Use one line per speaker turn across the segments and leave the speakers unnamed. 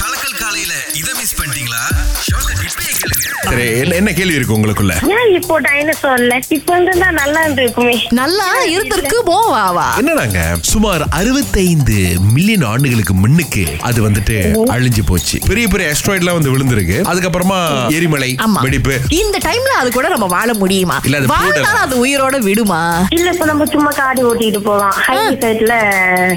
கலக்கல் காலையில இதை மிஸ் பண்ணிட்டீங்களா ஷோக்க இப்பயே கேளுங்க
சரி என்ன என்ன கேள்வி இருக்கு உங்களுக்குள்ள
ஏன் இப்போ டைனோசர்ல இப்ப இருந்தா நல்லா இருந்திருக்குமே
நல்லா இருந்திருக்கு போவா வா
என்னடாங்க சுமார் 65 மில்லியன் ஆண்டுகளுக்கு முன்னுக்கு அது வந்துட்டு அழிஞ்சு போச்சு பெரிய பெரிய அஸ்ட்ராய்ட்லாம் வந்து விழுந்திருக்கு அதுக்கப்புறமா எரிமலை
ஆமா
வெடிப்பு
இந்த டைம்ல அது கூட நம்ம வாழ முடியுமா
இல்ல, அது
வாழ்ந்தாலும்
prudent.
அது உயிரோட விடுமா
இல்ல இப்ப நம்ம சும்மா காடி ஓட்டிட்டு போவோம் ஹைவே சைடுல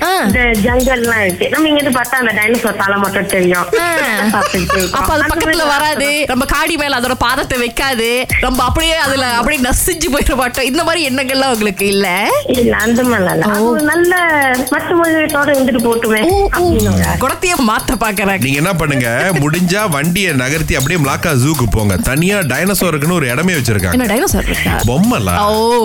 ஆ.
இந்த ஜங்கல் எல்லாம் இருக்கு நம்ம இங்க இருந்து பார்த்தா அந்த டைனோசர் தலை மட்டும் தெரியும்
ஆ.
பார்த்துட்டு இருக்கோம்.
அப்ப அது
அந்த
பக்கத்துல
மாதிரி
வராது நம்ம காடி மேல அதோட பாதத்தை வைக்காது நம்ம அப்படியே அதுல அப்படியே நசிஞ்சு போயிட மாட்டோம் இந்த மாதிரி எண்ணங்கள்லாம் உங்களுக்கு இல்ல
இல்ல அந்த மாதிரிலாம் இல்ல. அது ஒரு நல்ல மற்ற மொழிகளோட இருந்துட்டு போட்டுமே அப்படின்னு
குடத்தையே மாத்த பாக்குறாங்க
நீங்க என்ன பண்ணுங்க முடிஞ்சா வண்டியை நகர்த்தி அப்படியே மிளாக்கா ஜூக்கு போங்க தனியா டைனோசோருக்குன்னு ஒரு இடமே வச்சிருக்காங்க
என்ன டைனோசர் இருக்கா
பொம்மைலாம்
ஓ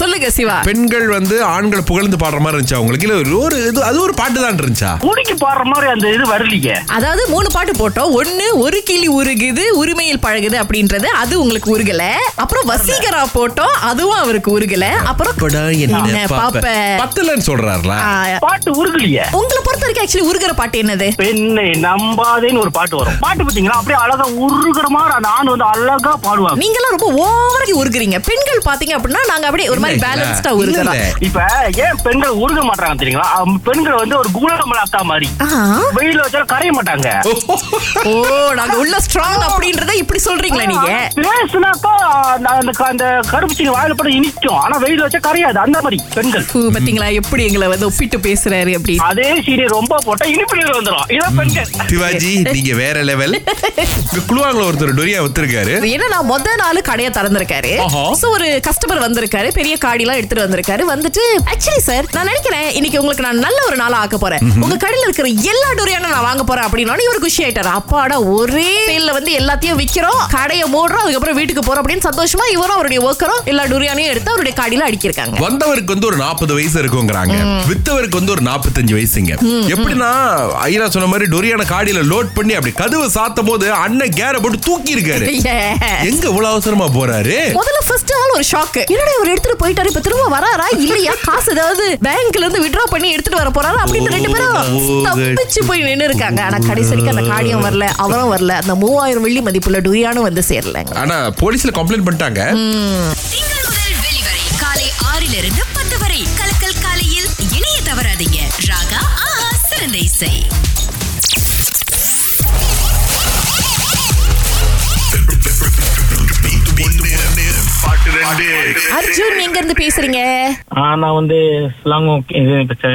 சொல்லுங்க சிவா
பெண்கள் வந்து ஆண்களை புகழ்ந்து பாடுற மாதிரி இருந்துச்சா உங்களுக்கு இல்ல ஒரு- ஒரு இது அது ஒரு பாட்டு தான் இருந்துச்சா
முடிக்கு பாடுற மாதிரி அந்த இது வரலீங்க
அதாவது மூணு பாட்டு போட்டோம் ஒண்ணு ஒரு கிளி உருகுது உரிமையில் பழகுது அப்படின்றது அது உங்களுக்கு உருகல அப்புறம் வசீகரா போட்டோம் அதுவும் அவருக்கு உருகல அப்புறம் என்ன பாப்ப?
பத்தலன்னு சொல்றாருல
ஆ,
பாட்டு உருகலையே
உங்களை பொறுத்த வரைக்கும் ஆக்சுவலி உருகிற பாட்டு என்னது
பெண்ணை நம்பாதேன்னு ஒரு பாட்டு வரும் பாட்டு பாத்தீங்களா அப்படியே அழகா உருகுற மாதிரி அந்த ஆண் வந்து அழகா பாடுவாங்க
நீங்கெல்லாம் ரொம்ப ஓவரா உருகுறீங்க பெண்கள் பாத்தீங்க அப்படின்னா நாங்க அப்படியே ஒரு மாதிரி
இல்ல, இல்ல.
பேலன்ஸ்டா
இல்ல,
உருகிறோம்
இல்ல.
இப்ப ஏன் பெண்கள் உருக மாட்டாங்க தெரியுங்களா அம் பெண்கள் வந்து ஒரு குலமல அக்கா மாதிரி
ஆஹா.
வெயில வச்சாலும் கரைய மாட்டாங்க
ஓ நாங்க உள்ள ஸ்ட்ராங் அப்படின்றத இப்படி சொல்றீங்களா நீங்க
ஆனா பேசுனாக்கா அந்த அந்த- அந்த கருப்பு சீனி வாயில போட்டு இனிக்கும் ஆனா வெயில வச்சா கரையாது அந்த மாதிரி பெண்கள்
ஹூ, பாத்தீங்களா எப்படி எங்களை வந்து ஒப்பிட்டு பேசுறாரு அப்படி
அதே சீனி ரொம்ப போட்டா இனிப்பு வந்துடும் இதான் பெண்கள்
சிவாஜி நீங்க வேற லெவல் இங்க குழுவாங்கள ஒருத்தர் டொரியா ஒத்துருக்காரு
ஏன்னா முத நாள் கடையை திறந்திருக்காரு
ஆஹா.
சோ ஒரு கஸ்டமர் வந்திருக்காரு பெரிய காடிலாம் எடுத்துட்டு வந்திருக்காரு வந்துட்டு ஆக்சுவலி சார் நான் நினைக்கிறேன் இன்னைக்கு உங்களுக்கு நான் நல்ல ஒரு நாளா ஆக்க போறேன் உங்க கடையில இருக்கிற எல்லா டொரியானும் நான் வாங்க போறேன் அப்படின்னு இவர் குஷி ஆயிட்டாரு அப்பாடா ஒரே சேல்ல வந்து எல்லாத்தையும் விக்கிறோம் கடையை மூடுறோம் அதுக்கப்புறம் வீட்டுக்கு போறோம் அப்படின்னு சந்தோஷமா இவரும் அவருடைய ஒர்க்கரும் எல்லா டொரியானையும் எடுத்து அவருடைய காடியில அடிக்கிருக்காங்க
வந்தவருக்கு வந்து ஒரு நாற்பது வயசு இருக்குங்கிறாங்க வித்தவருக்கு வந்து ஒரு நாற்பத்தஞ்சு வயசுங்க எப்படின்னா ஐயா சொன்ன மாதிரி டொரியான காடியில லோட் பண்ணி அப்படி கதவு சாத்தும் போது அண்ணன் கேர போட்டு தூக்கி இருக்காரு
Yeah.
எங்க இவ்வளவு அவசரமா போறாரு
முதல்ல ஃபர்ஸ்ட் ஆல் ஒரு ஷாக் என்னடா இவர் எடுத்துட்டு போயிட்டாரு இப்ப திரும்ப வராரா இல்லையா காசு ஏதாவது பேங்க்ல இருந்து வித்ட்ரா பண்ணி எடுத்துட்டு வர போறாரா அப்படின்னு ரெண்டு பேரும் தப்பிச்சு போய் நின்னு இருக்காங்க ஆனா கடைசி வரைக்கும் அந்த காடியம் வரல அவரும் வரல அந்த மூவாயிரம் வெள்ளி மதிப்புள்ள டூரியானும் வந்து சேரலங்க
ஆனா போலீஸ்ல கம்ப்ளைண்ட் பண்ணிட்டாங்க
திங்கள் முதல் வெளிவரை காலை ஆறிலிருந்து பத்து வரை கலக்கல் காலையில் இணைய தவறாதீங்க ராகா ஆஹா சிறந்த இசை
அர்ஜுன் எங்க இருந்து பேசுறீங்க
நான் வந்து ஸ்லாங்கம் இது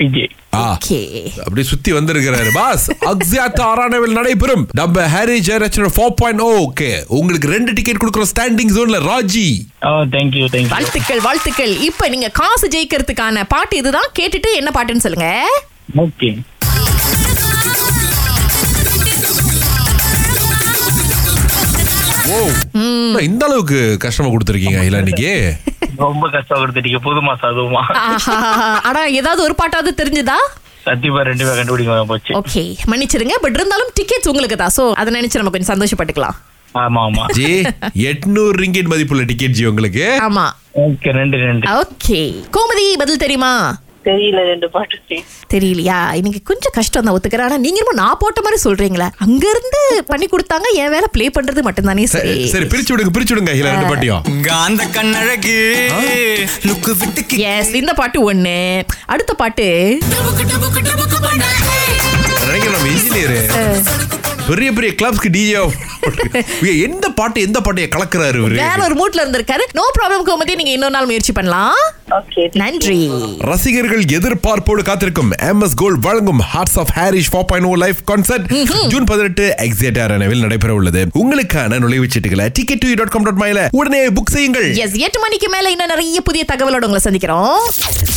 பிஜே
ஆ,
ஓகே
அப்படி சுத்தி வந்திருக்கிறாரு பாஸ் அக்ஸியாத் ஆரானவில் நடைபெறும் நம்ம Harris Jayaraj four point oh. Okay உங்களுக்கு ரெண்டு டிக்கெட் கொடுக்குற ஸ்டாண்டிங் ஜோன்ல ராஜி
ஓ தேங்க்யூ தேங்க்யூ
வாழ்த்துக்கள் வாழ்த்துக்கள் இப்ப நீங்க காசு ஜெயிக்கிறதுக்கான பாட்டு இதுதான் கேட்டுட்டு என்ன பாட்டுன்னு சொல்லுங்க
ஓகே
ஓ என்ன இந்த அளவுக்கு கஷ்டமா கொடுத்துருக்கீங்க இல்ல இன்னைக்கு
ரொம்ப கஷ்டம் கொடுத்துட்டீங்க புது மாசம் அதுவுமா
ஆஹா. ஆனா ஏதாவது ஒரு பாட்டாவது தெரிஞ்சுதா
சத்தியமா ரெண்டு பேரும் கண்டுபிடிக்க போச்சு
ஓகே மன்னிச்சிருங்க பட் இருந்தாலும் டிக்கெட்ஸ் உங்களுக்கு தான் சோ அதை நினைச்சு நம்ம கொஞ்சம் சந்தோஷப்பட்டுக்கலாம்
ஆமா ஆமா
ஜி எட்நூறு ரிங்கெட் மதிப்புள்ள டிக்கெட் ஜி உங்களுக்கு
ஆமா
ஓகே ரெண்டு ரெண்டு
ஓகே கோமதி பதில் தெரியுமா
தெரியல ரெண்டு பாட்டு
தெரியலையா இன்னைக்கு கொஞ்சம் கஷ்டம் தான் ஒத்துக்கிறேன் ஆனா நீங்க என்னமோ நான் போட்ட மாதிரி சொல்றீங்களே அங்க இருந்து பண்ணி கொடுத்தாங்க என் வேலை ப்ளே பண்றது மட்டும்தானே
சரி,
சரி
சரி பிரிச்சு விடுங்க பிரிச்சு விடுங்க இல்ல ரெண்டு பாட்டியும்
காந்த கண்ணழகு லுக்கு விட்டு கி-
எஸ் இந்த பாட்டு ஒண்ணு அடுத்த பாட்டு
நினைக்கிறேன் நம்ம இன்ஜினியர் பெரிய பெரிய கிளப்ஸ்க்கு டிஜே எந்த பாட்டு எந்த பாட்டையை கலக்குறாரு இவரு
வேற ஒரு மூட்ல இருந்திருக்காரு நோ ப்ராப்ளம் கோமதி நீங்க இன்னொரு நாள் முயற்சி பண்ணலாம்
ஓகே
நன்றி
ரசிகர்கள் எதிர்பார்ப்போடு காத்திருக்கும் எம் எஸ் கோல்ட் வழங்கும் hearts of Harris four point O live concert oh June பதினெட்டு எக்ஸேட் அரனவில் நடைபெற உள்ளது உங்களுக்கான நுழைவுச் சீட்டுகளை ticket to dot com dot உடனே புக் செய்யுங்கள்
எஸ் எட்டு மணிக்கு மேல இன்னும் நிறைய புதிய தகவலோட உங்களை சந்திக்கிறோம்